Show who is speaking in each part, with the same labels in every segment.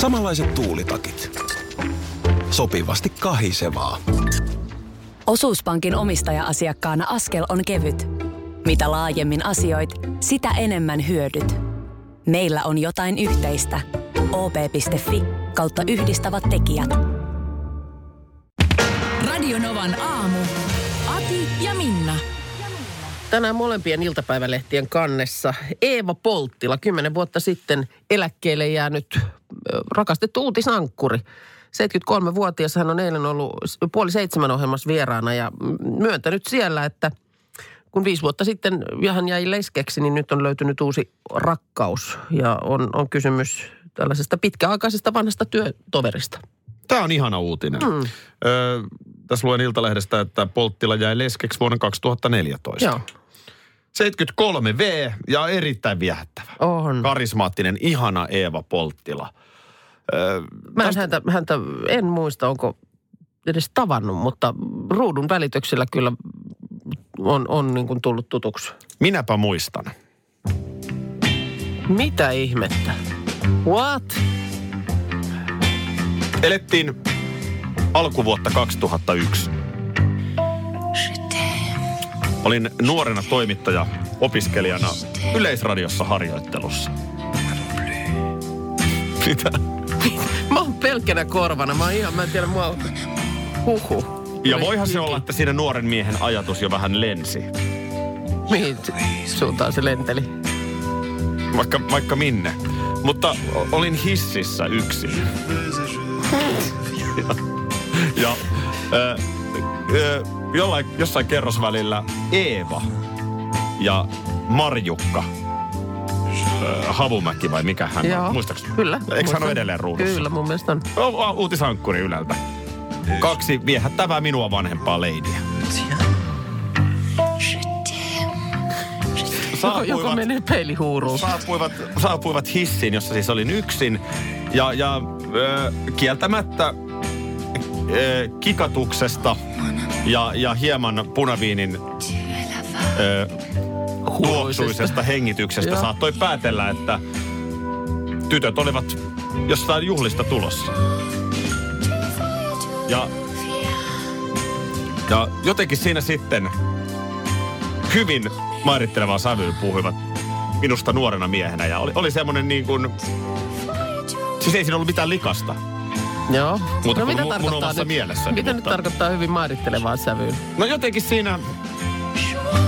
Speaker 1: Samanlaiset tuulitakit. Sopivasti kahisevaa.
Speaker 2: Osuuspankin omistaja-asiakkaana askel on kevyt. Mitä laajemmin asioit, sitä enemmän hyödyt. Meillä on jotain yhteistä. op.fi kautta yhdistävät tekijät.
Speaker 3: Radionovan aamu. Ati ja Minna.
Speaker 4: Tänään molempien iltapäivälehtien kannessa Eeva Polttila, kymmenen vuotta sitten eläkkeelle jäänyt ö, rakastettu uutisankkuri. 73-vuotias hän on eilen ollut s- puoli seitsemän ohjelmassa vieraana ja m- myöntänyt siellä, että kun viisi vuotta sitten ja hän jäi leskeksi, niin nyt on löytynyt uusi rakkaus. Ja on, on kysymys tällaisesta pitkäaikaisesta vanhasta työtoverista.
Speaker 5: Tämä on ihana uutinen. Mm. Öö, tässä luen Iltalehdestä, että Polttila jäi leskeksi vuonna 2014.
Speaker 4: Joo,
Speaker 5: 73 V ja erittäin viehättävä.
Speaker 4: on.
Speaker 5: Karismaattinen, ihana Eeva Polttila. Öö,
Speaker 4: Mä en häntä, häntä, en muista, onko edes tavannut, mutta ruudun välityksellä kyllä on, on niin kuin tullut tutuksi.
Speaker 5: minäpä muistan.
Speaker 4: Mitä ihmettä? What?
Speaker 5: Elettiin alkuvuotta 2001. Olin nuorena toimittaja opiskelijana Yleisradiossa harjoittelussa. Mitä?
Speaker 4: Mä oon pelkkänä korvana. Mä oon ihan, mä en tiedä, mua on huhu.
Speaker 5: Ja voihan se olla, että siinä nuoren miehen ajatus jo vähän lensi.
Speaker 4: Mihin suuntaan se lenteli?
Speaker 5: No, Vaikka, vaikka minne. Mutta o- olin hississä yksin. Ja, ja ö, ö, jollain, jossain kerrosvälillä Eeva ja Marjukka. Ö, Havumäki vai mikä hän
Speaker 4: Joo.
Speaker 5: on? Muistaakseni?
Speaker 4: Kyllä.
Speaker 5: Eikö hän
Speaker 4: muistan.
Speaker 5: ole edelleen ruudussa?
Speaker 4: Kyllä, mun mielestä on.
Speaker 5: O- o- Uutisankkuri Yleltä. Kaksi viehättävää minua vanhempaa leidiä.
Speaker 4: Joko, joko
Speaker 5: Saapuivat-
Speaker 4: menee peilihuuruun.
Speaker 5: saapuivat, saapuivat hissiin, jossa siis olin yksin. Ja, ja ö, kieltämättä ö, kikatuksesta ja, ja hieman punaviinin ö, tuoksuisesta hengityksestä
Speaker 4: Joo.
Speaker 5: saattoi päätellä, että tytöt olivat jostain juhlista tulossa. Ja, ja jotenkin siinä sitten hyvin mairittelevaan sävyyn puhuivat minusta nuorena miehenä. Ja oli, oli semmoinen niin kuin... Siis ei siinä ollut mitään likasta.
Speaker 4: Joo.
Speaker 5: Mutta
Speaker 4: no mitä
Speaker 5: kun mun- mun
Speaker 4: tarkoittaa
Speaker 5: omassa
Speaker 4: nyt?
Speaker 5: mielessäni,
Speaker 4: Mitä nyt
Speaker 5: mutta-
Speaker 4: tarkoittaa hyvin mairittelevaan sävyyn?
Speaker 5: No jotenkin siinä...
Speaker 4: Tää-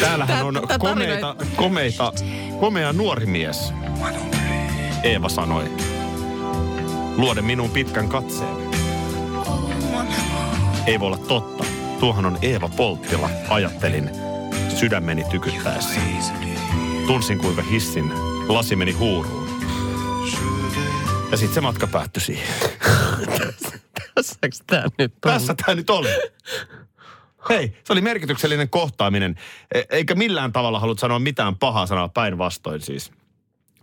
Speaker 5: Täällähän on
Speaker 4: tää tarina
Speaker 5: komeita, komeita, komea nuori mies. Eeva sanoi. Luode minun pitkän katseen. Ei voi olla totta. Tuohan on Eeva Polttila, ajattelin sydämeni tykyttäessä. Tunsin kuinka hissin lasi meni huuruun. Ja sitten se matka päättyi siihen.
Speaker 4: Tässäks tää nyt on?
Speaker 5: Tässä tämä nyt oli. Hei, se oli merkityksellinen kohtaaminen. E- eikä millään tavalla halut sanoa mitään pahaa sanaa päinvastoin siis.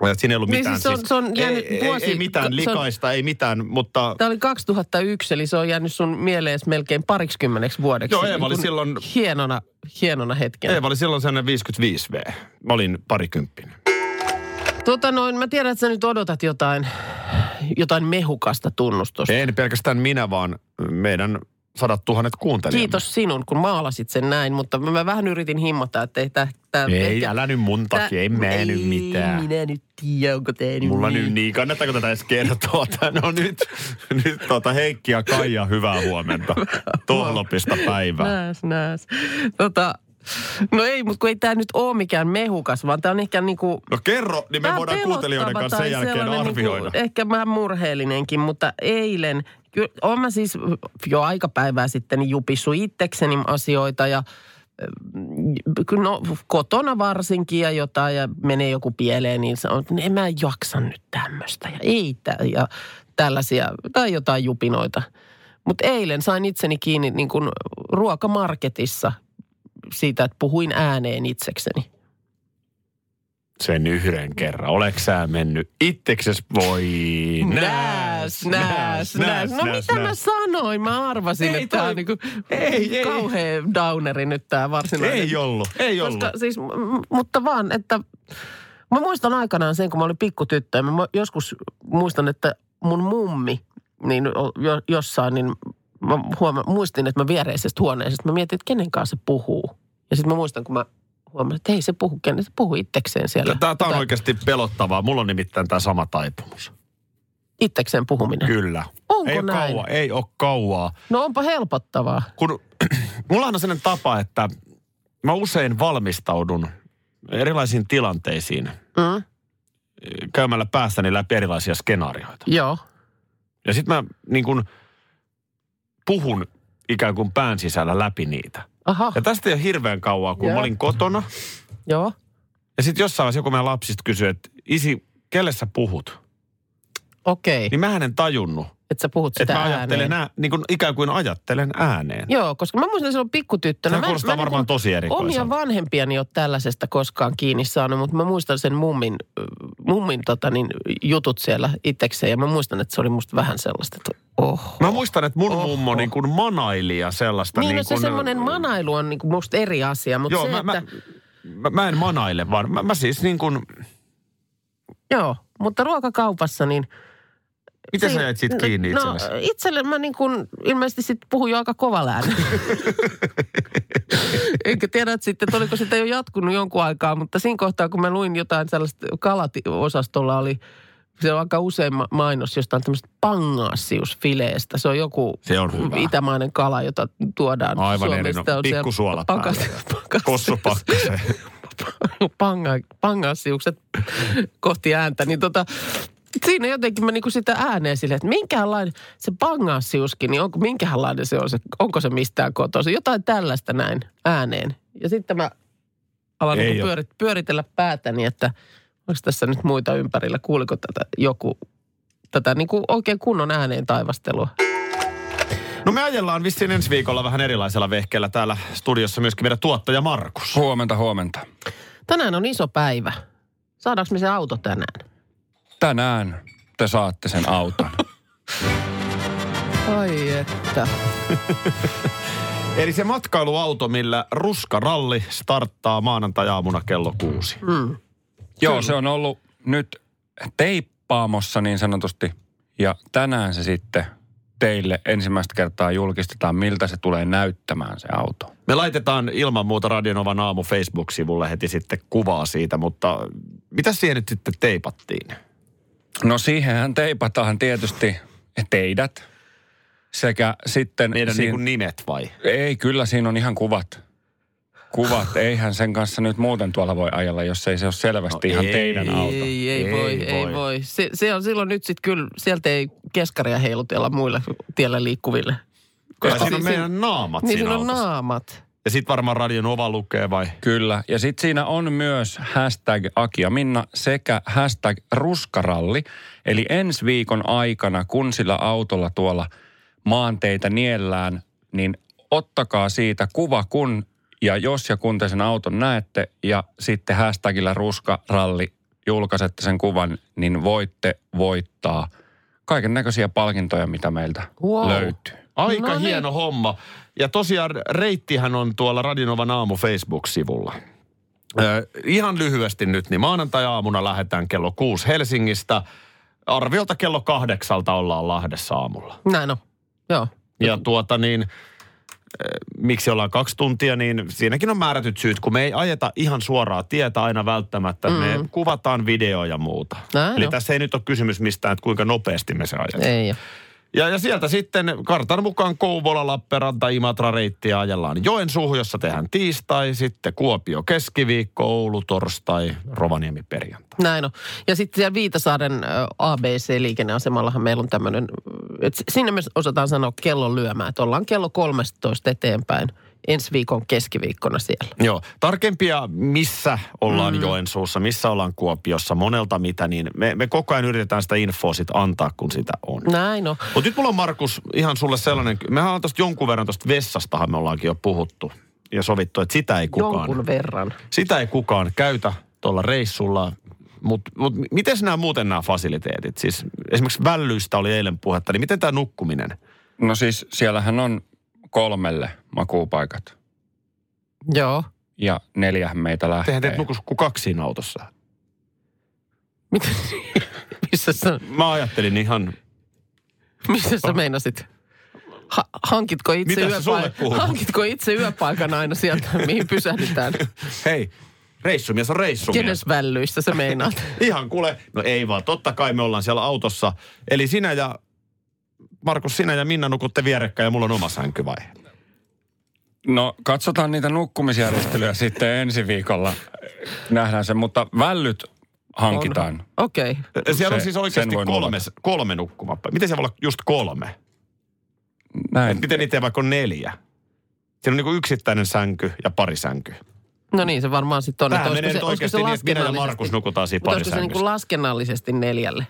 Speaker 5: Ja Siinä ei ollut
Speaker 4: Niin
Speaker 5: mitään.
Speaker 4: siis se on- se on
Speaker 5: ei,
Speaker 4: jäänyt
Speaker 5: ei,
Speaker 4: vuosi-
Speaker 5: ei, ei
Speaker 4: se
Speaker 5: mitään
Speaker 4: on-
Speaker 5: likaista, ei mitään, mutta
Speaker 4: Tämä oli 2001, eli se on jäänyt sun mieleesi melkein pariksikymmeneksi vuodeksi.
Speaker 5: Joo, Eeva oli
Speaker 4: Niin kun
Speaker 5: silloin-
Speaker 4: Hienona, hienona hetkenä.
Speaker 5: Eeva oli silloin sellainen 55V. Mä olin parikymppinen.
Speaker 4: Tota noin, mä tiedän, että sä nyt odotat jotain, jotain mehukasta tunnustusta.
Speaker 5: En pelkästään minä, vaan meidän sadat tuhannet kuuntelijat.
Speaker 4: Kiitos sinun, kun maalasit sen näin, mutta mä mä vähän yritin himmata, että ei tää... tää
Speaker 5: Ei, älä nyt mun takia, en mä
Speaker 4: ei,
Speaker 5: nyt mitään.
Speaker 4: minä nyt tiedä, onko tää nyt
Speaker 5: Mulla
Speaker 4: niin.
Speaker 5: nyt niin, kannattaako tätä edes kertoa? Tää- No nyt, nyt tota Heikki ja Kaija, hyvää huomenta. Tohlopista päivää.
Speaker 4: Nääs, nääs. Tota, no ei, mutta kun ei tää nyt oo mikään mehukas, vaan tää on ehkä niinku...
Speaker 5: No kerro, niin me
Speaker 4: Tää
Speaker 5: voidaan
Speaker 4: pelottava
Speaker 5: kuuntelijoiden kanssa
Speaker 4: tai
Speaker 5: sen jälkeen
Speaker 4: sellainen
Speaker 5: arvioida.
Speaker 4: Niinku, ehkä vähän murheellinenkin, mutta eilen, ky- oon mä siis jo aika päivää sitten niin jupissu itsekseni asioita ja mm, no, kotona varsinkin ja jotain ja menee joku pieleen, niin sanon, että en mä jaksa nyt tämmöistä ja ei tä- ja tällaisia tai jotain jupinoita. Mutta eilen sain itseni kiinni niin kuin ruokamarketissa siitä, että puhuin ääneen itsekseni.
Speaker 5: Sen yhden kerran. Oleks sä mennyt itsekses? Voi
Speaker 4: Nääs, nääs, nääs. No mitä mä sanoin? Mä arvasin,
Speaker 5: Ei
Speaker 4: että tää
Speaker 5: toi-
Speaker 4: on niinku
Speaker 5: Ei, ei.
Speaker 4: kauhea No downeri nyt tää varsinainen.
Speaker 5: Ei ollut, ei ollut.
Speaker 4: Koska siis, m- m- mutta vaan, että Mä muistan aikanaan sen, kun mä olin pikkutyttö. ja Mä mu- joskus muistan, että mun mummi niin o- jo, jossain, niin mä huoma, muistin, että mä viereisestä huoneesta, mä mietin, että kenen kanssa se puhuu. Ja sitten mä muistan, kun mä huomasin, että ei se puhu kenen, se puhuu itsekseen siellä.
Speaker 5: Tämä, tämä on
Speaker 4: Tai
Speaker 5: oikeasti pelottavaa. Mulla on nimittäin tämä sama taipumus.
Speaker 4: Itsekseen puhuminen.
Speaker 5: Kyllä.
Speaker 4: Onko
Speaker 5: ei Ole
Speaker 4: näin?
Speaker 5: kauaa, ei ole kauaa.
Speaker 4: No onpa helpottavaa.
Speaker 5: kun mullahan on sellainen tapa, että mä usein valmistaudun erilaisiin tilanteisiin eh,
Speaker 4: Mm,
Speaker 5: käymällä päässäni läpi erilaisia skenaarioita.
Speaker 4: joo.
Speaker 5: Ja sitten mä niin kun puhun ikään kuin pään sisällä läpi niitä.
Speaker 4: Aha,
Speaker 5: Ja tästä ei ole hirveän kauaa, kun
Speaker 4: Joo.
Speaker 5: mä olin kotona.
Speaker 4: joo.
Speaker 5: Ja sitten jossain vaiheessa joku meidän lapsista kysyi, että isi, kelle sä puhut?
Speaker 4: Okei, okay.
Speaker 5: Niin mä en tajunnut,
Speaker 4: että sä puhut sitä
Speaker 5: että mä
Speaker 4: ääneen.
Speaker 5: ajattelen ää, niin kun ikään kuin ajattelen ääneen.
Speaker 4: Joo, koska mä muistan silloin pikkutyttönä.
Speaker 5: Tämä
Speaker 4: Mä-
Speaker 5: kuulostaa
Speaker 4: mä
Speaker 5: varmaan
Speaker 4: niinku-
Speaker 5: tosi erikoiselta.
Speaker 4: Omia vanhempiani ei ole tällaisesta koskaan kiinni saanut, mutta mä muistan sen mummin, äh, mummin tota, niin, jutut siellä itsekseen. Ja mä muistan, että se oli musta vähän sellaista, että oh.
Speaker 5: Mä muistan, että mun
Speaker 4: Oho.
Speaker 5: mummo niin kuin manaili ja sellaista.
Speaker 4: Niin, no
Speaker 5: niin
Speaker 4: se
Speaker 5: kun,
Speaker 4: semmoinen manailu on niin kuin musta eri asia, mutta
Speaker 5: Joo,
Speaker 4: se,
Speaker 5: mä,
Speaker 4: että...
Speaker 5: mä, mä, mä en manaile vaan. Mä, mä siis niin kuin,
Speaker 4: Joo, mutta ruokakaupassa niin...
Speaker 5: miten sä
Speaker 4: Siinä-
Speaker 5: jäit siitä kiinni
Speaker 4: no,
Speaker 5: itsellesi?
Speaker 4: itselle mä niin kuin ilmeisesti sit puhun jo aika kovalla äänellä. Enkä tiedä että sitten, että oliko sitä jo jatkunut jonkun aikaa, mutta siinä kohtaa kun mä luin jotain sellaista, kalatiosastolla oli se on aika usein ma- mainos jostain tämmöistä pangaassiusfileestä. Se on joku
Speaker 5: Se on hyvä.
Speaker 4: itämainen kala, jota tuodaan
Speaker 5: Aivan no,
Speaker 4: Suomesta.
Speaker 5: erinomainen. Pikku suola
Speaker 4: pangas, pangas,
Speaker 5: Kossupakkaseen.
Speaker 4: panga, pangasiukset kohti ääntä, niin tota, siinä jotenkin mä niinku sitä ääneen silleen, että minkälainen se pangasiuskin, niin onko, minkälainen se on se, onko se mistään kotoisin, jotain tällaista näin ääneen. Ja sitten mä alan
Speaker 5: Ei
Speaker 4: niinku
Speaker 5: oo.
Speaker 4: pyörit, pyöritellä päätäni, että onko tässä nyt muita ympärillä, kuuliko tätä joku, tätä niinku oikein kunnon ääneen taivastelua.
Speaker 5: No me ajellaan vissiin ensi viikolla vähän erilaisella vehkeellä täällä studiossa myöskin meidän tuottaja Markus.
Speaker 6: Huomenta, huomenta.
Speaker 4: Tänään on iso päivä. Saadaanko me se auto tänään?
Speaker 6: Tänään te saatte sen auton.
Speaker 4: Ai että.
Speaker 5: Eli se matkailuauto, millä ruskaralli starttaa maanantai-aamuna kello kuusi.
Speaker 4: Mm.
Speaker 6: Joo, se on ollut nyt teippaamossa niin sanotusti. Ja tänään se sitten teille ensimmäistä kertaa julkistetaan, miltä se tulee näyttämään se auto.
Speaker 5: Me laitetaan ilman muuta Radionovan aamu Facebook-sivulle heti sitten kuvaa siitä, mutta mitä siihen nyt sitten teipattiin?
Speaker 6: No siihenhän teipataan tietysti teidät sekä sitten...
Speaker 5: Meidän
Speaker 6: siin-
Speaker 5: niin kuin nimet vai?
Speaker 6: Ei, kyllä siinä on ihan kuvat. Kuvat. Eihän sen kanssa nyt muuten tuolla voi ajella, jos ei se ole selvästi
Speaker 5: No
Speaker 6: no ihan
Speaker 5: ei.
Speaker 6: ei. teidän auto.
Speaker 4: Ei, ei,
Speaker 5: Ei
Speaker 4: voi,
Speaker 5: voi.
Speaker 4: ei voi. Se, se on silloin nyt sitten kyllä, sieltä ei keskaria heilutella muilla tiellä liikkuville.
Speaker 5: Koska siinä on
Speaker 4: siinä-
Speaker 5: meidän naamat
Speaker 4: Niin
Speaker 5: siinä
Speaker 4: siinä on
Speaker 5: autossa.
Speaker 4: naamat.
Speaker 5: Ja sit varmaan Radio Nova lukee vai?
Speaker 6: Kyllä. Ja sitten siinä on myös hashtag Aki ja Minna sekä hashtag ruskaralli. Eli ensi viikon aikana, kun sillä autolla tuolla maanteita niellään, niin ottakaa siitä kuva kun ja jos ja kun te sen auton näette ja sitten hashtagillä ruskaralli julkaisette sen kuvan, niin voitte voittaa kaiken näköisiä palkintoja, mitä meiltä
Speaker 4: Wow.
Speaker 6: löytyy.
Speaker 5: Aika
Speaker 4: No niin.
Speaker 5: hieno homma. Ja tosiaan reittihän on tuolla Radionovan aamu Facebook-sivulla. Ö, ihan lyhyesti nyt, niin maanantai-aamuna lähdetään kello kuusi Helsingistä. Arviolta kello kahdeksalta ollaan Lahdessa aamulla.
Speaker 4: Näin on. Joo.
Speaker 5: Ja tuota niin, ö, miksi ollaan kaksi tuntia, niin siinäkin on määrätyt syyt, kun me ei ajeta ihan suoraa tietä aina välttämättä. Mm. Me kuvataan videoja ja muuta.
Speaker 4: Näin
Speaker 5: Eli
Speaker 4: on.
Speaker 5: tässä ei nyt ole kysymys mistään, että kuinka nopeasti me se ajetaan.
Speaker 4: Ei ole.
Speaker 5: Ja, ja sieltä sitten kartan mukaan Kouvola, Lappeenranta, Imatra reittiä ajellaan Joensuuhun, jossa tehdään tiistai, sitten Kuopio keskiviikko, Oulu torstai, Rovaniemi perjantai.
Speaker 4: Näin on. Ja sitten siellä Viitasaaren ö, ABC-liikenneasemallahan meillä on tämmöinen, että sinne me osataan sanoa kellon lyömään, että ollaan kello 13 eteenpäin ensi viikon keskiviikkona siellä.
Speaker 5: Joo, tarkempia missä ollaan mm. Joensuussa, missä ollaan Kuopiossa, monelta mitä, niin me, me koko ajan yritetään sitä infoa sit antaa, kun sitä on.
Speaker 4: Näin on.
Speaker 5: Mutta nyt mulla on Markus ihan sulle sellainen, mehän on tosta jonkun verran tosta vessastahan me ollaankin jo puhuttu ja sovittu, että sitä ei kukaan.
Speaker 4: Jonkun verran.
Speaker 5: Sitä ei kukaan käytä tuolla reissulla. Mutta mut, miten nämä muuten nämä fasiliteetit? Siis esimerkiksi vällyistä oli eilen puhetta, niin miten tämä nukkuminen?
Speaker 6: No siis siellähän on kolmelle makuupaikat.
Speaker 4: Joo.
Speaker 6: ja neljähän meitä lähtee.
Speaker 5: Tehän teet nukus kuin kaksi siinä autossa.
Speaker 4: Mitä, missä sä,
Speaker 5: Mä ajattelin ihan,
Speaker 4: missä sä meinasit? Ha, hankitko, itse
Speaker 5: Ah. Mitä se sulle
Speaker 4: yöpaik-
Speaker 5: kuuluu?
Speaker 4: hankitko itse yöpaikan aina sieltä, mihin pysähdytään?
Speaker 5: hei, reissumies on reissumies.
Speaker 4: Kenes vällyissä sä meinaat?
Speaker 5: Ihan kuule, no ei vaan, totta kai me ollaan siellä autossa. Eli sinä ja, Markus, sinä ja Minna nukutte vierekkäin ja mulla on oma sänky vai?
Speaker 6: No katsotaan niitä nukkumisjärjestelyjä sitten ensi viikolla. Nähdään se, mutta vällyt hankitaan.
Speaker 4: Okei. Okay.
Speaker 5: Siellä on
Speaker 6: Se-
Speaker 5: siis
Speaker 6: sen
Speaker 5: oikeasti
Speaker 6: voin
Speaker 5: kolme, kolme nukkumappa. Miten se voi olla just kolme?
Speaker 6: Näin.
Speaker 5: Miten niitä ei vaikka ole neljä? Siinä on niinku yksittäinen sänky ja pari sänky.
Speaker 4: No niin, se varmaan sitten on.
Speaker 5: Tämä
Speaker 4: että olisiko
Speaker 5: menee
Speaker 4: se-
Speaker 5: nyt
Speaker 4: olisiko
Speaker 5: oikeasti
Speaker 4: se
Speaker 5: niin, että minä ja
Speaker 4: laskennallisesti-
Speaker 5: Markus nukutaan siinä
Speaker 4: Mutta
Speaker 5: pari
Speaker 4: olisiko se
Speaker 5: sängyssä.
Speaker 4: niin laskennallisesti neljälle?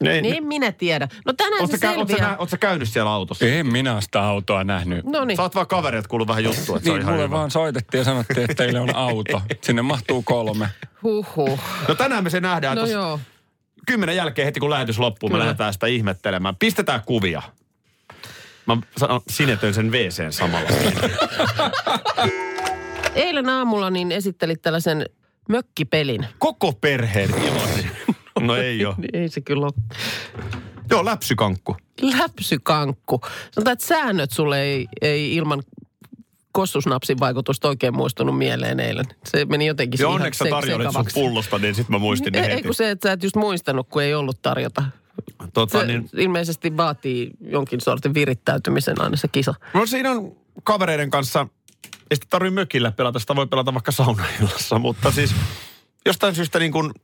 Speaker 5: Niin,
Speaker 4: Niin en minä tiedä. No tänään
Speaker 5: Oletko
Speaker 4: se
Speaker 5: kä- ootko sä nä-
Speaker 4: selviää.
Speaker 5: ootko sä käynyt siellä autossa?
Speaker 6: En minä sitä autoa nähnyt.
Speaker 4: No niin.
Speaker 5: Sä oot vaan kavereilta kuullut vähän juttua, että se on
Speaker 6: Niin,
Speaker 5: ihan
Speaker 6: mulle
Speaker 5: hyvä.
Speaker 6: vaan soitettiin ja sanottiin, että teillä on auto. Sinne mahtuu kolme.
Speaker 4: Huhhuh.
Speaker 5: No tänään me se nähdään.
Speaker 4: No
Speaker 5: No
Speaker 4: joo.
Speaker 5: kymmenen jälkeen heti kun lähetys loppuu, me
Speaker 4: Kyllä.
Speaker 5: lähdetään sitä ihmettelemään. Pistetään kuvia. Mä sanon, sinetöin sen WCn samalla.
Speaker 4: Eilen aamulla niin esittelit tällaisen mökkipelin.
Speaker 5: Koko perheen ilosi. No ei ole.
Speaker 4: Ei se kyllä ole.
Speaker 5: Joo, läpsykankku.
Speaker 4: Siis Läpsykankku. Sanotaan, että säännöt sulle ei, ei ilman kossusnapsin vaikutusta oikein muistunut mieleen eilen. Se meni jotenkin
Speaker 5: Ja
Speaker 4: ihan
Speaker 5: onneksi sä
Speaker 4: se-
Speaker 5: tarjoilit sun
Speaker 4: sekavaksi.
Speaker 5: pullosta, niin sit mä muistin ne
Speaker 4: Ei, ei
Speaker 5: heti.
Speaker 4: kun se, että sä et just muistanut, kun ei ollut tarjota.
Speaker 5: Tota,
Speaker 4: Se
Speaker 5: niin,
Speaker 4: ilmeisesti vaatii jonkin sortin virittäytymisen aina se kisa.
Speaker 5: no siinä on kavereiden kanssa, ei sitä tarvitse mökillä pelata, sitä voi pelata vaikka saunaillassa, mutta siis jostain syystä niin kun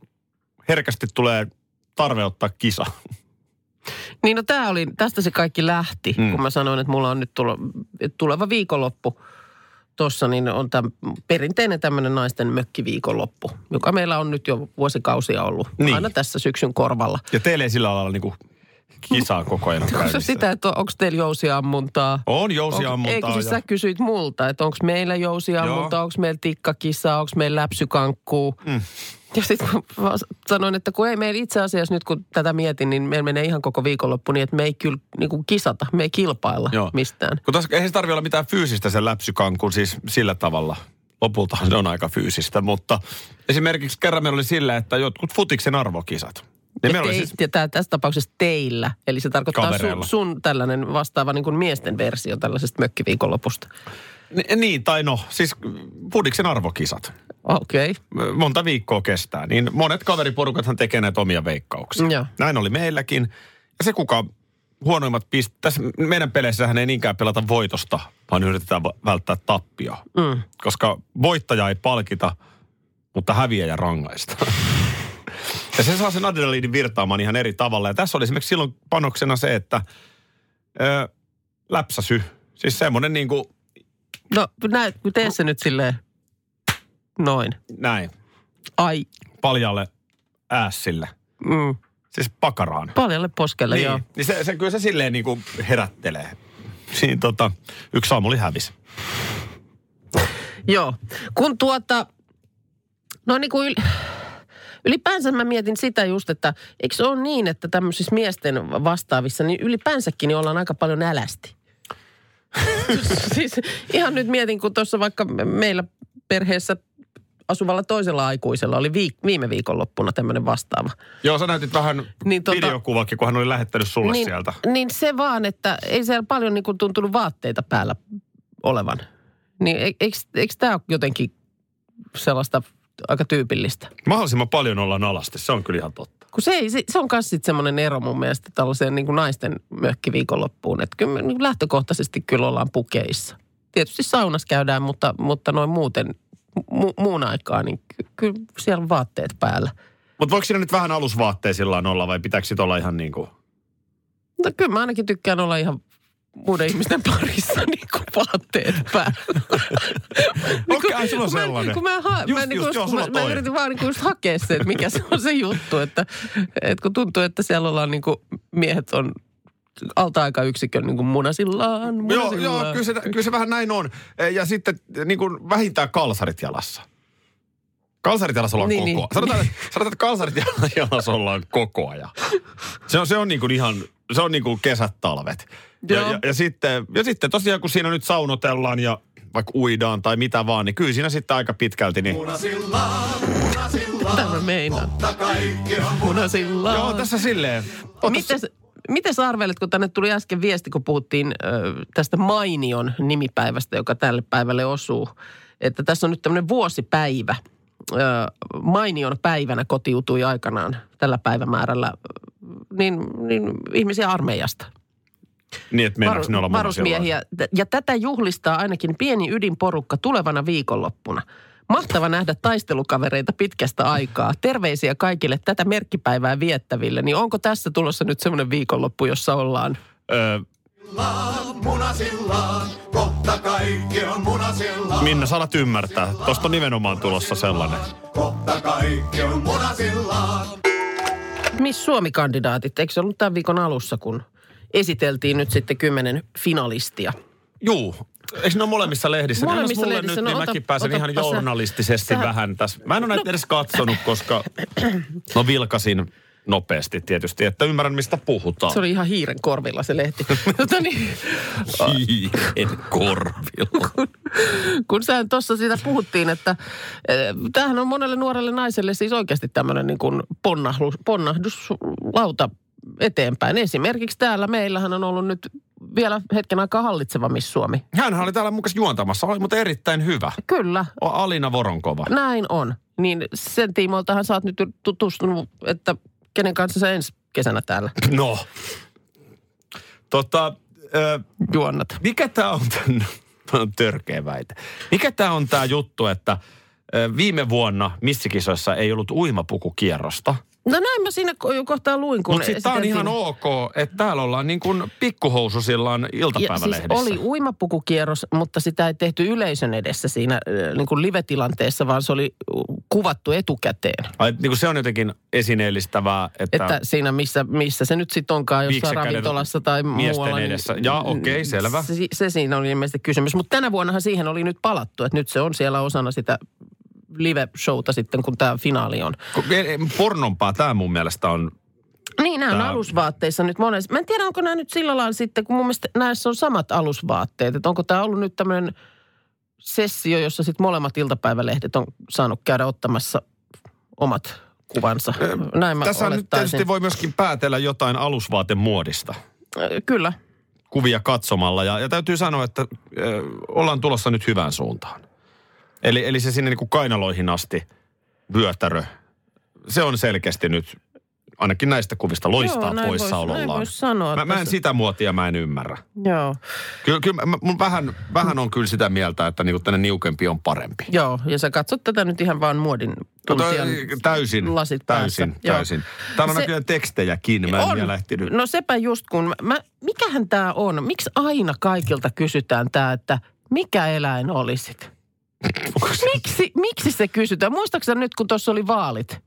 Speaker 5: herkästi tulee tarve ottaa kisa.
Speaker 4: Niin no tää oli, tästä se kaikki lähti, mm. kun mä sanoin, että mulla on nyt tulo, että tuleva viikonloppu tuossa, niin on tämä perinteinen tämmöinen naisten mökkiviikonloppu, joka meillä on nyt jo vuosikausia ollut.
Speaker 5: Niin.
Speaker 4: Aina tässä syksyn korvalla.
Speaker 5: Ja teillä ei sillä lailla niin kuin kisaa koko ajan
Speaker 4: Onko se
Speaker 5: käynnissä.
Speaker 4: sitä, että onko teillä jousiammuntaa?
Speaker 5: On
Speaker 4: Onko-
Speaker 5: jousiammuntaa.
Speaker 4: Eikö siis
Speaker 5: ja-
Speaker 4: sä kysyit multa, että onko meillä jousiammunta,
Speaker 5: Joo.
Speaker 4: onko meillä tikkakissa, onko meillä läpsykankkuu. Mm. Ja sitten kun mä sanoin, että kun ei meillä itse asiassa nyt kun tätä mietin, niin meillä menee ihan koko viikonloppu niin, että me ei kyllä niin kuin kisata, me ei kilpailla Joo.
Speaker 5: Joo.
Speaker 4: mistään.
Speaker 5: Kun tässä, eihän se tarvitse olla mitään fyysistä sen läpsykankun siis sillä tavalla. Lopultahan se on aika fyysistä, mutta esimerkiksi kerran meillä oli sillä, että jotkut futiksen arvokisat.
Speaker 4: Ja,
Speaker 5: Ja
Speaker 4: ja,
Speaker 5: meillä oli
Speaker 4: tei,
Speaker 5: siis,
Speaker 4: siis... ja tää, tässä tapauksessa teillä, eli se tarkoittaa sun,
Speaker 5: Kavereilla.
Speaker 4: sun tällainen vastaava niin kuin miesten versio tällaisesta mökkiviikonlopusta.
Speaker 5: Ni- niin tai no, siis futiksen arvokisat.
Speaker 4: Okei. Okay.
Speaker 5: Monta viikkoa kestää, niin monet kaveriporukathan tekee näitä omia veikkauksia.
Speaker 4: Joo.
Speaker 5: Näin oli meilläkin. Ja se kuka huonoimmat pist... Tässä meidän peleissähän ei niinkään pelata voitosta, vaan yritetään va- välttää tappio. Mm. Koska voittaja ei palkita, mutta häviäjä rangaistaan. ja se saa sen adrenaliinin virtaamaan ihan eri tavalla. Ja tässä oli esimerkiksi silloin panoksena se, että ö, läpsäsy. Siis semmoinen niin kuin
Speaker 4: No näin, tee se nyt silleen noin.
Speaker 5: näin
Speaker 4: Ai,
Speaker 5: paljalle äässille.
Speaker 4: mm,
Speaker 5: Siis pakaraan.
Speaker 4: paljalle poskelle,
Speaker 5: niin.
Speaker 4: joo.
Speaker 5: Niin se, se, kyllä se silleen niin kuin herättelee. Siinä tota, yksi saamuli hävisi.
Speaker 4: Joo, kun tuota, no niin kuin yl- ylipäänsä mä mietin sitä just, että eikö se ole niin, että tämmöisissä miesten vastaavissa, niin ylipäänsäkin niin ollaan aika paljon älästi. siis ihan nyt mietin, kun tuossa vaikka me- meillä perheessä asuvalla toisella aikuisella oli viik- viime viikonloppuna tämmöinen vastaava.
Speaker 5: Joo, sä näytit vähän
Speaker 4: Niin,
Speaker 5: niin,
Speaker 4: tota-
Speaker 5: tota... videokuvakin, kun hän oli lähettänyt sulle
Speaker 4: niin,
Speaker 5: niin, sieltä.
Speaker 4: Niin se vaan, että ei siellä paljon niin kuin tuntunut vaatteita päällä olevan. Niin e- eikö, eikö tämä ole jotenkin sellaista aika tyypillistä?
Speaker 5: Mahdollisimman paljon ollaan alasti, se on kyllä ihan totta.
Speaker 4: Kun se, ei, se, se on myös sitten semmoinen ero mun mielestä tällaiseen niin kuin naisten mökkiviikonloppuun. Että kyllä me niin kuin lähtökohtaisesti kyllä ollaan pukeissa. Tietysti saunassa käydään, mutta, mutta noin muuten mu, muun aikaa, niin ky, kyllä siellä on vaatteet päällä.
Speaker 5: Mutta voiko siinä nyt vähän alusvaatteisillaan olla vai pitääkö sit olla ihan niin kuin...
Speaker 4: No kyllä mä ainakin tykkään olla ihan muiden ihmisten parissa niin kuin vaatteet päällä. Niin
Speaker 5: Okei,
Speaker 4: kun-
Speaker 5: ai, sulla on
Speaker 4: kun mä-
Speaker 5: sellainen.
Speaker 4: Kun mä, ha-
Speaker 5: Just,
Speaker 4: mä, niin
Speaker 5: just,
Speaker 4: kun,
Speaker 5: joo, sulla
Speaker 4: mä, mä
Speaker 5: toi.
Speaker 4: yritin vaan niin kun just hakea se, että mikä se on se juttu. Että, että kun tuntuu, että siellä ollaan niin kuin miehet on alta aika yksikön niin kuin munasillaan,
Speaker 5: Joo,
Speaker 4: munasillaan.
Speaker 5: joo kyllä, se, kyllä se vähän näin on. E, Ja sitten niin kuin vähintään kalsarit jalassa. Kalsarit jalassa ollaan
Speaker 4: Niin,
Speaker 5: niin, koko
Speaker 4: niin.
Speaker 5: ajan. Sanotaan, että- sanotaan, että kalsarit jal- jalassa ollaan koko ajan. Se on, se on niin kuin ihan, se on niin kuin kesät, talvet. Ja,
Speaker 4: Joo.
Speaker 5: ja, ja, sitten, ja sitten tosiaan, kun siinä nyt saunotellaan ja vaikka uidaan tai mitä vaan, niin kyllä siinä sitten aika pitkälti niin...
Speaker 4: Mitä mä meinaan? Munasilla.
Speaker 5: Joo, tässä silleen.
Speaker 4: Mites, mites arvelet, kun tänne tuli äsken viesti, kun puhuttiin ö, tästä Mainion nimipäivästä, joka tälle päivälle osuu. Että tässä on nyt tämmöinen vuosipäivä. Ö, mainion päivänä kotiutui aikanaan tällä päivämäärällä ö, niin, niin ihmisiä armeijasta.
Speaker 5: Niin, että meinaako ne olla
Speaker 4: varusmiehiä. Ja tätä juhlistaa ainakin pieni ydinporukka tulevana viikonloppuna. Mahtava nähdä taistelukavereita pitkästä aikaa. Terveisiä kaikille tätä merkkipäivää viettäville. Niin onko tässä tulossa nyt semmoinen viikonloppu, jossa ollaan?
Speaker 5: Öö, Minna, sä alat ymmärtää. Tosta on nimenomaan tulossa sellainen.
Speaker 4: Miss Suomi-kandidaatit? Eikö se ollut tämän viikon alussa, kun esiteltiin nyt sitten kymmenen finalistia?
Speaker 5: Juu. Eikö ne ole molemmissa lehdissä? Niin
Speaker 4: Molemmissa
Speaker 5: annas mulle
Speaker 4: lehdissä.
Speaker 5: nyt,
Speaker 4: No
Speaker 5: niin
Speaker 4: ota-
Speaker 5: mäkin pääsen
Speaker 4: otapa
Speaker 5: ihan
Speaker 4: sä-
Speaker 5: journalistisesti
Speaker 4: sä- No.
Speaker 5: vähän tässä. Mä en ole näitä edes katsonut, koska no vilkasin nopeasti tietysti, että ymmärrän mistä puhutaan.
Speaker 4: Se oli ihan hiiren korvilla se lehti. Tota niin,
Speaker 5: Hiiren korvilla.
Speaker 4: kun sä tuossa siitä puhuttiin, että eh, tämähän on monelle nuorelle naiselle siis oikeasti tämmöinen niin kuin ponnahdus, ponnahduslauta eteenpäin. Esimerkiksi täällä meillähän on ollut nyt vielä hetken aikaa hallitseva Miss Suomi.
Speaker 5: Hänhän oli täällä mukaan juontamassa, oli mutta erittäin hyvä.
Speaker 4: Kyllä,
Speaker 5: O, Alina Voronkova.
Speaker 4: näin on. Niin sen tiimoiltahan sä oot nyt tutustunut, että kenen kanssa sä ensi kesänä täällä
Speaker 5: No. Tota, ö,
Speaker 4: juonnat.
Speaker 5: mikä tämä on, tän- tää on törkeä väite. Mikä tämä on tämä juttu, että ö, viime vuonna missikisoissa ei ollut uimapukukierrosta.
Speaker 4: No näin mä siinä ko- kohtaa luin, kun
Speaker 5: Mutta sitten tämä on
Speaker 4: esiteltiin-
Speaker 5: ihan ok, että täällä ollaan niin kuin pikkuhoususillaan
Speaker 4: Ja siis
Speaker 5: iltapäivälehdissä.
Speaker 4: oli uimapukukierros, mutta sitä ei tehty yleisön edessä siinä ö, niin kuin live-tilanteessa, vaan se oli ö, kuvattu etukäteen.
Speaker 5: Ai, niin kuin se on jotenkin esineellistävää, että,
Speaker 4: Että siinä, missä, missä se nyt sitten onkaan, jossain
Speaker 5: Viiksekäden
Speaker 4: ravintolassa tai
Speaker 5: miesten
Speaker 4: muualla. niin
Speaker 5: edessä. Jaa, okei, selvä.
Speaker 4: Se, se siinä oli ilmeisesti kysymys. Mutta tänä vuonnahan siihen oli nyt palattu, että nyt se on siellä osana sitä live-showta sitten, kun tämä finaali on.
Speaker 5: Ku- ei- ei, pornompaa tämä mun mielestä on.
Speaker 4: Niin, nämä on
Speaker 5: Tää-
Speaker 4: alusvaatteissa nyt monessa. Mä en tiedä, onko nämä nyt sillä lailla sitten, kun mun mielestä näissä on samat alusvaatteet. Että onko tämä ollut nyt tämmöinen sessio, jossa sitten molemmat iltapäivälehdet on saanut käydä ottamassa omat kuvansa. Näin mä
Speaker 5: Tässä nyt
Speaker 4: olettaisin.
Speaker 5: tietysti voi myöskin päätellä jotain alusvaatemuodista.
Speaker 4: Ö, Kyllä.
Speaker 5: kuvia katsomalla. Ja, ja täytyy sanoa, että äh, ollaan tulossa nyt hyvään suuntaan. Eli, eli se sinne niin kuin kainaloihin asti vyötärö, se on selkeästi nyt, ainakin näistä kuvista, loistaa
Speaker 4: Joo, näin vois- Näin
Speaker 5: poissaolollaan.
Speaker 4: voisi sanoa.
Speaker 5: mä, mä en
Speaker 4: tässä.
Speaker 5: sitä muotia mä en ymmärrä.
Speaker 4: Joo.
Speaker 5: Kyllä, kyllä mä, mun vähän, vähän on kyllä sitä mieltä, että niinku tänne niukempi on parempi.
Speaker 4: Joo, ja sä katsot tätä nyt ihan vaan muodin
Speaker 5: Tota,
Speaker 4: tunsijan
Speaker 5: täysin,
Speaker 4: lasit
Speaker 5: täysin,
Speaker 4: päässä. Joo.
Speaker 5: täysin. Täällä on
Speaker 4: Se-
Speaker 5: näköjään tekstejäkin, mä en vielä ehtinyt.
Speaker 4: No sepä just kun, mä, mikähän tämä on? Miksi aina kaikilta kysytään tämä, että mikä eläin olisit? Niin Miksi, miksi se kysytään? Muistaakseni nyt, kun tuossa oli vaalit?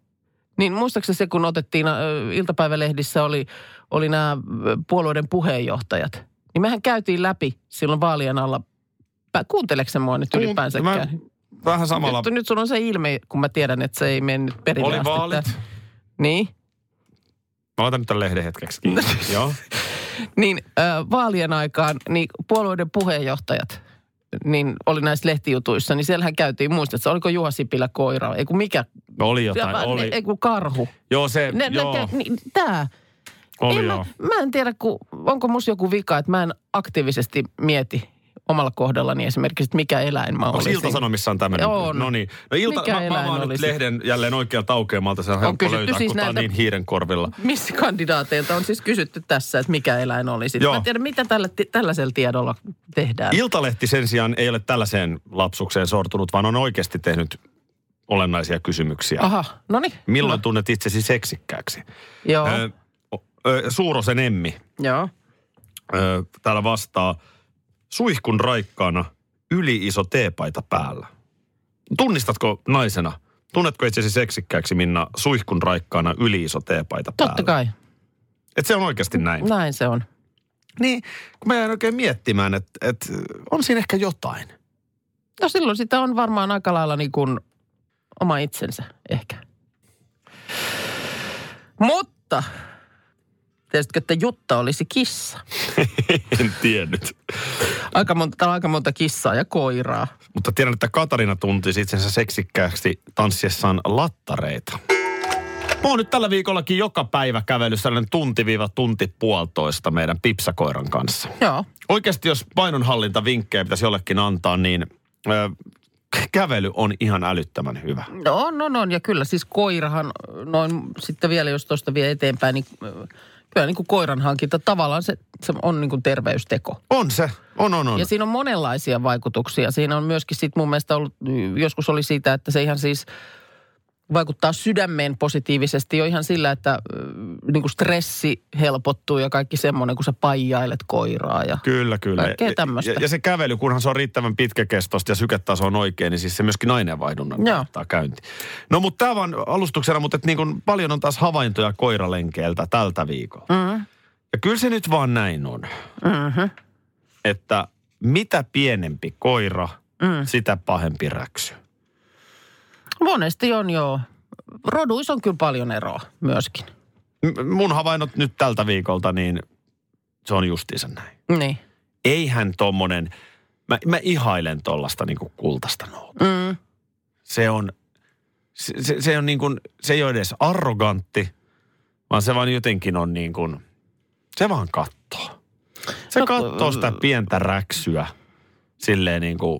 Speaker 4: Niin muistaakseni se, kun otettiin, ö, iltapäivälehdissä oli, oli nämä ö, puolueiden puheenjohtajat. Niin mehän käytiin läpi silloin vaalien alla. Pä- Kuunteleeko sä mua nyt
Speaker 5: Kuun-
Speaker 4: ylipäänsäkään?
Speaker 5: mä- Vähän Niin, samalla.
Speaker 4: Nyt, nyt sulla on se ilme, kun mä tiedän, että se ei mennyt perille
Speaker 5: Oli
Speaker 4: asti
Speaker 5: vaalit.
Speaker 4: tää. Niin.
Speaker 5: Mä otan nyt tämän lehden hetkeksi. kiinni. Joo.
Speaker 4: Niin ö, vaalien aikaan niin puolueiden puheenjohtajat niin oli näissä lehtijutuissa, niin siellähän käytiin muista, oliko Juha Sipilä koira, ei kun mikä,
Speaker 5: No oli jotain,
Speaker 4: Ja-
Speaker 5: oli.
Speaker 4: ei kun karhu.
Speaker 5: Joo, se,
Speaker 4: Ne,
Speaker 5: joo,
Speaker 4: ne, niin, tää.
Speaker 5: oli
Speaker 4: en
Speaker 5: joo.
Speaker 4: mä, mä en tiedä, kun, onko mus joku vika, että mä en aktiivisesti mieti omalla kohdallani esimerkiksi, että mikä eläin mä
Speaker 5: Onko
Speaker 4: olisin.
Speaker 5: Ilta-Sanomissa on tämmöinen?
Speaker 4: On.
Speaker 5: No niin. No ilta,
Speaker 4: Mikä
Speaker 5: mä, mä
Speaker 4: eläin
Speaker 5: vaan nyt
Speaker 4: olisi?
Speaker 5: lehden jälleen oikealta aukeamalta, se on helppo
Speaker 4: kysytty
Speaker 5: löytää,
Speaker 4: siis
Speaker 5: kun tää on
Speaker 4: näiltä-
Speaker 5: niin hiiren korvilla.
Speaker 4: Missä kandidaateilta on siis kysytty tässä, että mikä eläin olisi.
Speaker 5: Joo.
Speaker 4: Mä en tiedä, mitä tällä, tällaisella tiedolla tehdään.
Speaker 5: Iltalehti sen sijaan ei ole tällaiseen lapsukseen sortunut, vaan on oikeasti tehnyt olennaisia kysymyksiä.
Speaker 4: Aha, no niin.
Speaker 5: Milloin tunnet itsesi seksikkääksi?
Speaker 4: Joo,
Speaker 5: Ö, o- ö, Suurosen Emmi
Speaker 4: joo.
Speaker 5: ö, täällä vastaa suihkun raikkaana yli iso teepaita päällä. Tunnistatko naisena? Tunnetko itsesi seksikkääksi, Minna, suihkun raikkaana yli iso teepaita päällä?
Speaker 4: Totta kai, No.
Speaker 5: Et se on oikeasti näin.
Speaker 4: näin se on.
Speaker 5: Niin, kun mä jäin oikein miettimään, että et, on siinä ehkä jotain.
Speaker 4: No silloin sitä on varmaan aika lailla niin kuin oma itsensä ehkä. Mutta, tiesitkö, että Jutta olisi kissa?
Speaker 5: En tiennyt.
Speaker 4: Aika monta, täällä on aika monta kissaa ja koiraa.
Speaker 5: Mutta tiedän, että Katarina tuntisi itsensä seksikkääksi tanssiessaan lattareita. Mä oon nyt tällä viikollakin joka päivä kävellyt sellainen tunti-tunti puolitoista meidän pipsakoiran kanssa.
Speaker 4: Joo.
Speaker 5: Oikeasti jos painonhallintavinkkejä pitäisi jollekin antaa, niin ö, kävely on ihan älyttömän hyvä.
Speaker 4: No on, on, on. Ja kyllä siis koirahan, noin sitten vielä jos tuosta vie eteenpäin, niin ö, kyllä niin kuin koiran hankinta tavallaan se, se on niin kuin terveysteko.
Speaker 5: On se, on, on, on.
Speaker 4: Ja siinä on monenlaisia vaikutuksia. Siinä on myöskin sit mun mielestä ollut, joskus oli siitä, että se ihan siis vaikuttaa sydämeen positiivisesti jo ihan sillä, että ö, niin kuin stressi helpottuu ja kaikki semmoinen, kun sä paijailet koiraa. Ja...
Speaker 5: Kyllä, kyllä.
Speaker 4: Kaikkea tämmöistä.
Speaker 5: Ja, ja, se kävely, kunhan se on riittävän pitkäkestoista ja syketaso on oikein, niin siis se myöskin aineenvaihdunnan
Speaker 4: Joo.
Speaker 5: kannattaa käynti. No mutta tämä vaan alustuksena, mutta et niin kun paljon on taas havaintoja koiralenkeiltä tältä viikolla.
Speaker 4: Mm.
Speaker 5: Ja kyllä se nyt vaan näin on,
Speaker 4: Mm-hmm.
Speaker 5: että mitä pienempi koira,
Speaker 4: Mm.
Speaker 5: sitä pahempi räksy.
Speaker 4: Monesti on joo. Roduissa on kyllä paljon eroa myöskin.
Speaker 5: M- mun havainnot nyt tältä viikolta, niin se on justiinsa näin.
Speaker 4: Niin.
Speaker 5: Eihän tommonen, mä, mä ihailen tollasta niinku kultasta nouta.
Speaker 4: Mm.
Speaker 5: se on, se, se, se on niin kuin, se ei ole edes arrogantti, vaan se vaan jotenkin on niin kuin, se vaan kattoo. Se
Speaker 4: No,
Speaker 5: kattoo sitä pientä räksyä silleen niin kuin,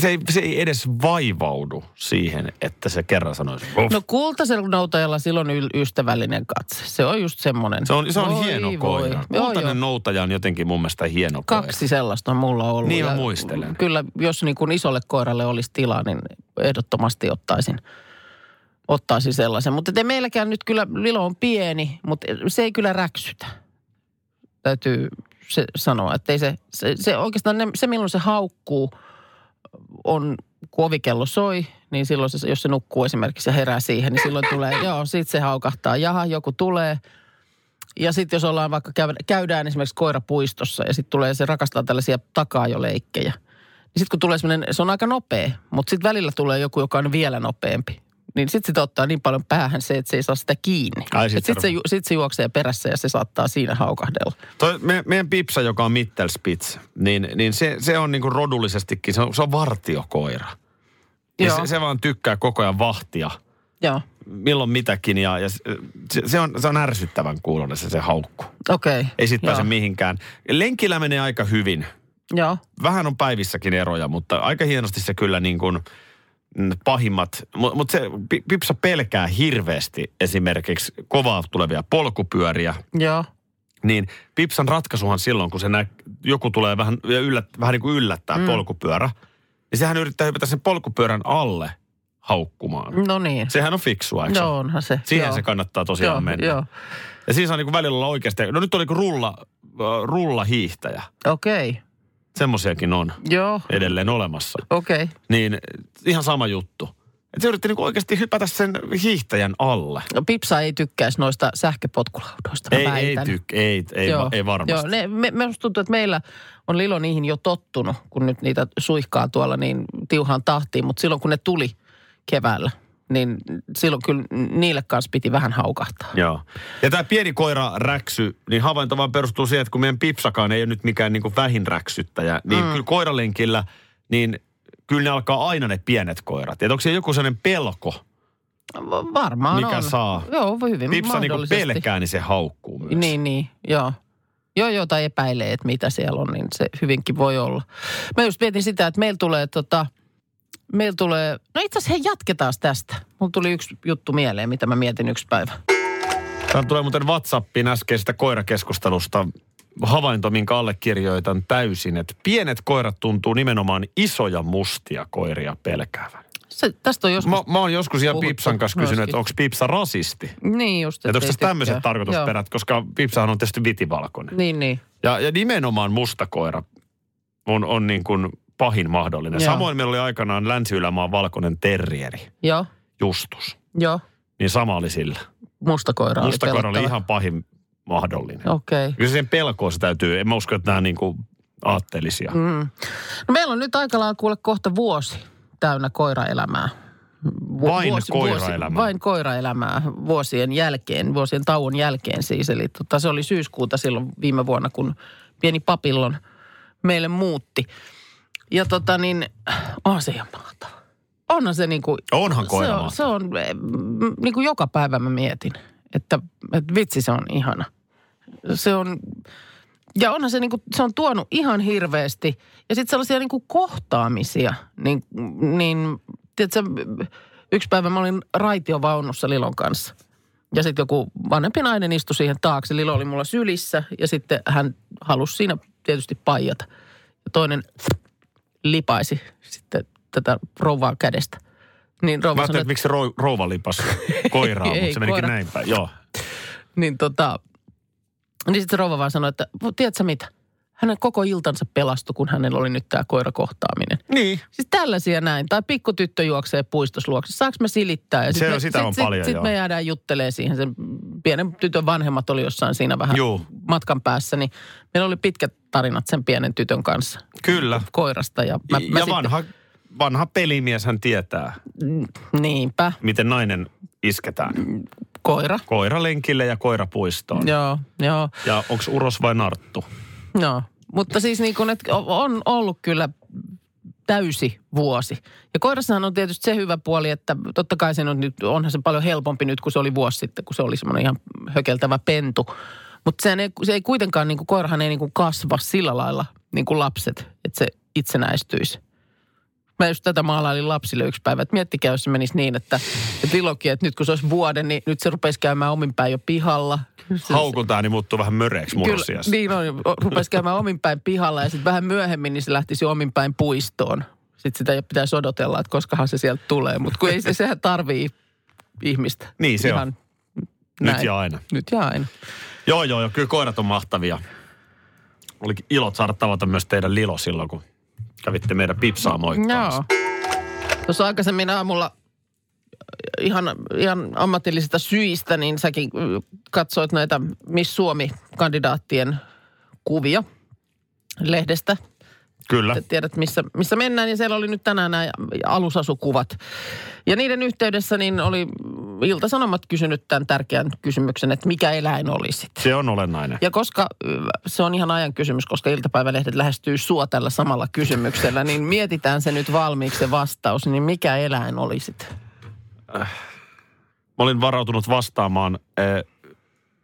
Speaker 5: se ei, se ei edes vaivaudu siihen, että se kerran sanoisi. "Uff."
Speaker 4: No kultaisella noutajalla silloin y- ystävällinen katse. Se on just semmoinen.
Speaker 5: se on, se on
Speaker 4: Voi
Speaker 5: hieno
Speaker 4: voi.
Speaker 5: koira.
Speaker 4: Joo, joo.
Speaker 5: Kultainen noutaja on jotenkin mun mielestä hieno koira.
Speaker 4: Kaksi siis- sellaista on mulla ollut.
Speaker 5: Niin mä
Speaker 4: Ja
Speaker 5: muistelen.
Speaker 4: Kyllä, jos niin kuin isolle koiralle olisi tilaa, niin ehdottomasti ottaisin, ottaisin sellaisen. Mutta te meilläkään nyt kyllä, Lilo on pieni, mutta se ei kyllä räksytä. Täytyy se sanoa, että ei se, se, se oikeastaan ne, se milloin se haukkuu on, kun ovikello soi, niin silloin se, jos se nukkuu esimerkiksi ja herää siihen, niin silloin tulee, joo, sit se haukahtaa, jaha, joku tulee – ja sitten jos ollaan vaikka käy- käydään esimerkiksi koirapuistossa ja sitten tulee se rakastaa tällaisia takaajoleikkejä. Niin sitten kun tulee semmoinen, se on aika nopea, mutta sitten välillä tulee joku, joka on vielä nopeampi. Niin sitten sitä ottaa niin paljon päähän se, että se ei saa sitä kiinni.
Speaker 5: Ai, sit
Speaker 4: Sitten sit
Speaker 5: se
Speaker 4: se, ju- sit se juoksee perässä ja se saattaa siinä haukahdella.
Speaker 5: Toi, me, meidän pipsa, joka on Mittelspitz, niin, niin se, se on niinku rodullisestikin, se on, se on vartiokoira. Ja
Speaker 4: Joo.
Speaker 5: se, se vaan tykkää koko ajan vahtia.
Speaker 4: Joo,
Speaker 5: milloin mitäkin ja, ja se, se, on, se on ärsyttävän kuulonen se, se haukku.
Speaker 4: okei. Okay.
Speaker 5: Ei sit
Speaker 4: Joo.
Speaker 5: pääse mihinkään. Lenkillä menee aika hyvin.
Speaker 4: Joo,
Speaker 5: Vähän on päivissäkin eroja, mutta aika hienosti se kyllä niin kuin mm, pahimmat. Mutta mut se Pi- Pipsa pelkää hirveästi esimerkiksi kovaa tulevia polkupyöriä.
Speaker 4: joo.
Speaker 5: Niin Pipsan ratkaisuhan silloin, kun se nä, joku tulee vähän, ja yllät, vähän niin kuin yllättää mm. polkupyörä, niin sehän yrittää hypätä sen polkupyörän alle haukkumaan. Mm.
Speaker 4: No niin.
Speaker 5: Sehän on fiksua, eikö se
Speaker 4: No onhan se.
Speaker 5: Siihen
Speaker 4: joo.
Speaker 5: se kannattaa tosiaan
Speaker 4: joo,
Speaker 5: mennä.
Speaker 4: Joo,
Speaker 5: Ja siinä on niin välillä olla oikeasti, no nyt oli kuin rulla, äh, rullahiihtäjä.
Speaker 4: okei. Okay.
Speaker 5: Semmoisiakin on
Speaker 4: Joo,
Speaker 5: edelleen olemassa.
Speaker 4: okei. Okay.
Speaker 5: Niin äh, ihan sama juttu. Et se yritti niin oikeasti hypätä sen hiihtäjän alle.
Speaker 4: No, Pipsa ei tykkäisi noista sähköpotkulaudoista, mä
Speaker 5: Ei, ei,
Speaker 4: väitän.
Speaker 5: tyk, ei, ei, va, ei varmasti.
Speaker 4: Joo, ne, me, me musta tuntuu, että meillä on Lilo niihin jo tottunut, kun nyt niitä suihkaa tuolla niin tiuhaan tahtiin, mutta silloin kun ne tuli keväällä, niin silloin kyllä niille kanssa piti vähän haukahtaa.
Speaker 5: Joo. Ja tämä pieni koira räksy, niin havainto vaan perustuu siihen, että kun meidän pipsakaan ei ole nyt mikään niin vähin räksyttäjä, niin mm. kyllä koiralenkillä, niin kyllä ne alkaa aina ne pienet koirat. Et onko se joku sellainen pelko,
Speaker 4: Va- Varmaan
Speaker 5: mikä
Speaker 4: on.
Speaker 5: saa?
Speaker 4: Joo, hyvin
Speaker 5: Pipsa niin
Speaker 4: mahdollisesti.
Speaker 5: pelkää, niin se haukkuu myös.
Speaker 4: Niin, niin, joo. Joo, joo, tai epäilee, että mitä siellä on, niin se hyvinkin voi olla. Mä just mietin sitä, että meillä tulee tota, meillä tulee, no itse asiassa hei, jatketaan tästä. Mulla tuli yksi juttu mieleen, mitä mä mietin yksi päivä.
Speaker 5: Täällä tulee muuten WhatsAppiin äskeisestä koirakeskustelusta havainto, minkä allekirjoitan täysin, että pienet koirat tuntuu nimenomaan isoja mustia koiria pelkäävän.
Speaker 4: Se, tästä on joskus...
Speaker 5: Mä, mä oon joskus ihan
Speaker 4: Puhuttu
Speaker 5: Pipsan kanssa kysynyt,
Speaker 4: myöskin.
Speaker 5: että onko Pipsa rasisti?
Speaker 4: Niin just,
Speaker 5: Että onko
Speaker 4: ei
Speaker 5: tässä tämmöiset
Speaker 4: tykkää.
Speaker 5: tarkoitusperät, koska Pipsahan on tietysti vitivalkoinen.
Speaker 4: Joo. Niin, niin.
Speaker 5: Ja, ja nimenomaan musta koira on, on niin kuin pahin mahdollinen.
Speaker 4: Joo.
Speaker 5: Samoin meillä oli aikanaan Länsi-Ylämaan valkoinen terrieri,
Speaker 4: Joo,
Speaker 5: Justus.
Speaker 4: joo.
Speaker 5: Niin sama oli sillä.
Speaker 4: Musta koira
Speaker 5: Musta
Speaker 4: oli
Speaker 5: koira oli
Speaker 4: pelottava.
Speaker 5: ihan pahin mahdollinen.
Speaker 4: Okei. Okay.
Speaker 5: Kyllä sen pelkoa se täytyy, en mä usko, että nämä on niin kuin aatteellisia. Mm.
Speaker 4: Mm. No meillä on nyt aikallaan kuule kohta vuosi täynnä koiraelämää. Vu-
Speaker 5: Vain koiraelämää.
Speaker 4: vain koiraelämää vuosien jälkeen, vuosien tauon jälkeen siis. Eli tota, se oli syyskuuta silloin viime vuonna, kun pieni papillon meille muutti. Ja tota niin, on se ihan mahtava. Onhan se niin kuin,
Speaker 5: Onhan
Speaker 4: se
Speaker 5: koira
Speaker 4: on,
Speaker 5: on,
Speaker 4: se on niin kuin joka päivä mä mietin, että, että vitsi se on ihana. Se on, ja onhan se niin kuin, se on tuonut ihan hirveästi. Ja sitten sellaisia niin kuin kohtaamisia, niin, niin tiedätkö, yksi päivä mä olin raitiovaunussa Lilon kanssa. Ja sitten joku vanhempi nainen istui siihen taakse. Lilo oli mulla sylissä ja sitten hän halusi siinä tietysti paijata. Ja toinen lipaisi sitten tätä rouvaa kädestä. Niin rouva
Speaker 5: Mä
Speaker 4: sanoi,
Speaker 5: ajattelin, että
Speaker 4: että,
Speaker 5: miksi rou, rouva lipas koiraa,
Speaker 4: Ei,
Speaker 5: mutta se menikin
Speaker 4: koira.
Speaker 5: näin päin. Joo.
Speaker 4: niin tota, niin sitten se rouva vaan sanoi, että "Mut tiedätkö mitä? Hänen koko iltansa pelastui, kun hänellä oli nyt tämä koirakohtaaminen.
Speaker 5: Niin.
Speaker 4: Siis tällaisia näin. Tai pikkutyttö juoksee puistosluokse. Saanko me silittää? Ja sit
Speaker 5: Se-
Speaker 4: me,
Speaker 5: sitä
Speaker 4: sit,
Speaker 5: on
Speaker 4: sit,
Speaker 5: paljon,
Speaker 4: Sitten
Speaker 5: joo.
Speaker 4: me jäädään juttelee siihen. Sen pienen tytön vanhemmat oli jossain siinä vähän
Speaker 5: Juu.
Speaker 4: matkan päässä. Niin meillä oli pitkät tarinat sen pienen tytön kanssa
Speaker 5: Kyllä.
Speaker 4: koirasta. Ja, mä,
Speaker 5: Mä,
Speaker 4: mä
Speaker 5: ja vanha, vanha pelimies hän tietää,
Speaker 4: Sitten, niinpä,
Speaker 5: miten nainen isketään.
Speaker 4: koira.
Speaker 5: Koira lenkille ja koira puistoon. Ja,
Speaker 4: Mm. Joo, joo.
Speaker 5: ja onko uros vai narttu?
Speaker 4: No, mutta siis niin kun, että o- on ollut kyllä täysi vuosi. Ja koirassahan on tietysti se hyvä puoli, että totta kai sen on nyt, onhan se paljon helpompi nyt kuin se oli vuosi sitten, kun se oli semmoinen ihan hökeltävä pentu. Mutta se ei, se ei kuitenkaan, niin kuin, koirahan ei niin kuin kasva sillä lailla, niin kuin lapset, että se itsenäistyisi. Mä just tätä maalailin lapsille yksi päivä, että miettikää, jos se menisi niin, että, että ilokin, että nyt kun se olisi vuoden, niin nyt se rupesi käymään omin päin jo pihalla. Se-
Speaker 5: Haukutaan, niin muuttuu vähän möreäksi mursiassa.
Speaker 4: niin on. O- Rupesi käymään omin päin pihalla ja sitten vähän myöhemmin niin se lähtisi omin päin puistoon. Sitten sitä pitäisi odotella, että koskahan se sieltä tulee. Mutta kun ei se, sehän tarvii ihmistä.
Speaker 5: Niin se on. Nyt
Speaker 4: näin.
Speaker 5: ja aina.
Speaker 4: Nyt ja aina.
Speaker 5: Joo, joo, joo, kyllä koirat on mahtavia. Olikin ilot saada tavata myös teidän Lilo silloin, kun kävitte meidän pipsaa moikkaamassa.
Speaker 4: Joo. Tuossa aikaisemmin aamulla ihan, ihan ammatillisista syistä, niin säkin mm, katsoit näitä Miss Suomi-kandidaattien kuvia lehdestä.
Speaker 5: Kyllä.
Speaker 4: että tiedät missä, missä mennään. Ja siellä oli nyt tänään nämä alusasukuvat. Ja niiden yhteydessä niin oli Ilta-Sanomat kysynyt tämän tärkeän kysymyksen, että mikä eläin olisit.
Speaker 5: Se on olennainen.
Speaker 4: Ja koska ö, se on ihan ajan kysymys, koska iltapäivälehdet lähestyy sua tällä samalla kysymyksellä, niin mietitään se nyt valmiiksi se vastaus, niin mikä eläin olisit?
Speaker 5: Mä olin varautunut vastaamaan äh,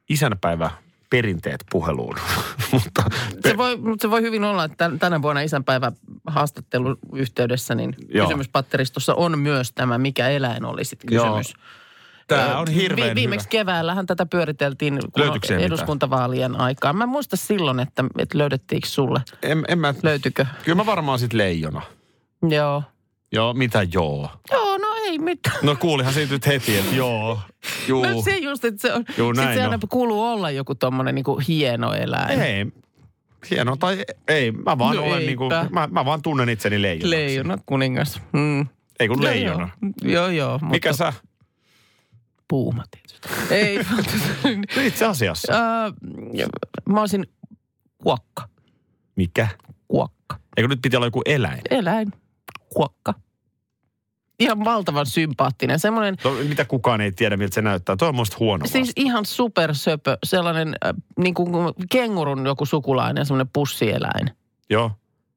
Speaker 5: isänpäivä perinteet puheluun, mutta
Speaker 4: Se voi, mutta se voi hyvin olla, että tän- tänä vuonna isänpäivä haastattelun yhteydessä, niin
Speaker 5: Joo.
Speaker 4: kysymyspatteristossa on myös tämä, mikä eläin olisit
Speaker 5: Joo.
Speaker 4: kysymys.
Speaker 5: tämä on hirveän
Speaker 4: Eh, Vi- viimeksi keväällähän tätä pyöriteltiin kun
Speaker 5: Löytyykö siihen
Speaker 4: eduskuntavaalien aikaan. Mä en muista silloin, että, että löydettiinkö sulle.
Speaker 5: hyvä. En, en mä,
Speaker 4: Löytyykö?
Speaker 5: kyllä mä varmaan sit leijona.
Speaker 4: Joo.
Speaker 5: Joo, mitä joo?
Speaker 4: Joo, no ei mitään.
Speaker 5: No kuulihan siitä nyt heti, että joo. Juu.
Speaker 4: No se just, että se on.
Speaker 5: Juu,
Speaker 4: sit
Speaker 5: näin
Speaker 4: se
Speaker 5: on.
Speaker 4: aina kuuluu olla joku tommonen niinku hieno eläin.
Speaker 5: Ei, hieno tai ei, mä vaan
Speaker 4: No
Speaker 5: no olen
Speaker 4: eipä.
Speaker 5: niinku, mä, mä vaan tunnen itseni leijonaksi.
Speaker 4: Leijona kuningas. Mm.
Speaker 5: Ei kun
Speaker 4: Joo,
Speaker 5: leijona.
Speaker 4: Joo, joo. joo mutta
Speaker 5: Mikä sä?
Speaker 4: Puuma tietysti. ei, mutta-
Speaker 5: Itse asiassa.
Speaker 4: Ää, mä olisin kuokka.
Speaker 5: Mikä?
Speaker 4: Kuokka.
Speaker 5: Eikö nyt piti olla joku eläin?
Speaker 4: Eläin. Kuokka. Ihan valtavan sympaattinen. Semmoinen
Speaker 5: To, mitä kukaan ei tiedä, miltä se näyttää. Toi on musta huono
Speaker 4: Siis ihan supersöpö, sellainen äh, niin kuin kengurun joku sukulainen, semmoinen pussieläin.
Speaker 5: vastaus. Joo.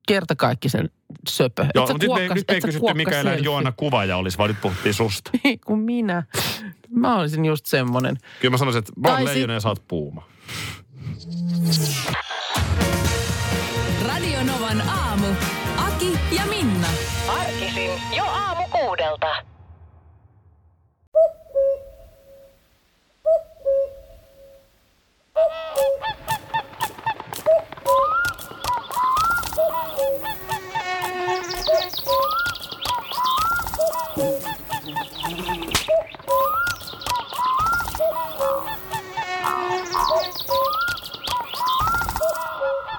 Speaker 4: Kertakaikkisen söpö. Et
Speaker 5: Joo,
Speaker 4: sä
Speaker 5: mutta nyt me, ei-
Speaker 4: kuokka-
Speaker 5: nyt me ei
Speaker 4: et sä
Speaker 5: kysytty,
Speaker 4: kuokka
Speaker 5: mikä eläin
Speaker 4: selfie.
Speaker 5: Joana kuvaaja olisi, vaan nyt puhuttiin susta.
Speaker 4: Niin kuin minä. Mä olisin just semmoinen.
Speaker 5: Kyllä mä sanoisin, että mä
Speaker 4: Tai
Speaker 5: oon
Speaker 4: sit-
Speaker 5: leijona ja sä oot puuma.
Speaker 3: Radio Novan aamu. Aki ja Minna.
Speaker 7: Arkisin jo aamu kuudelta.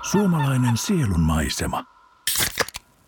Speaker 8: Suomalainen sielunmaisema.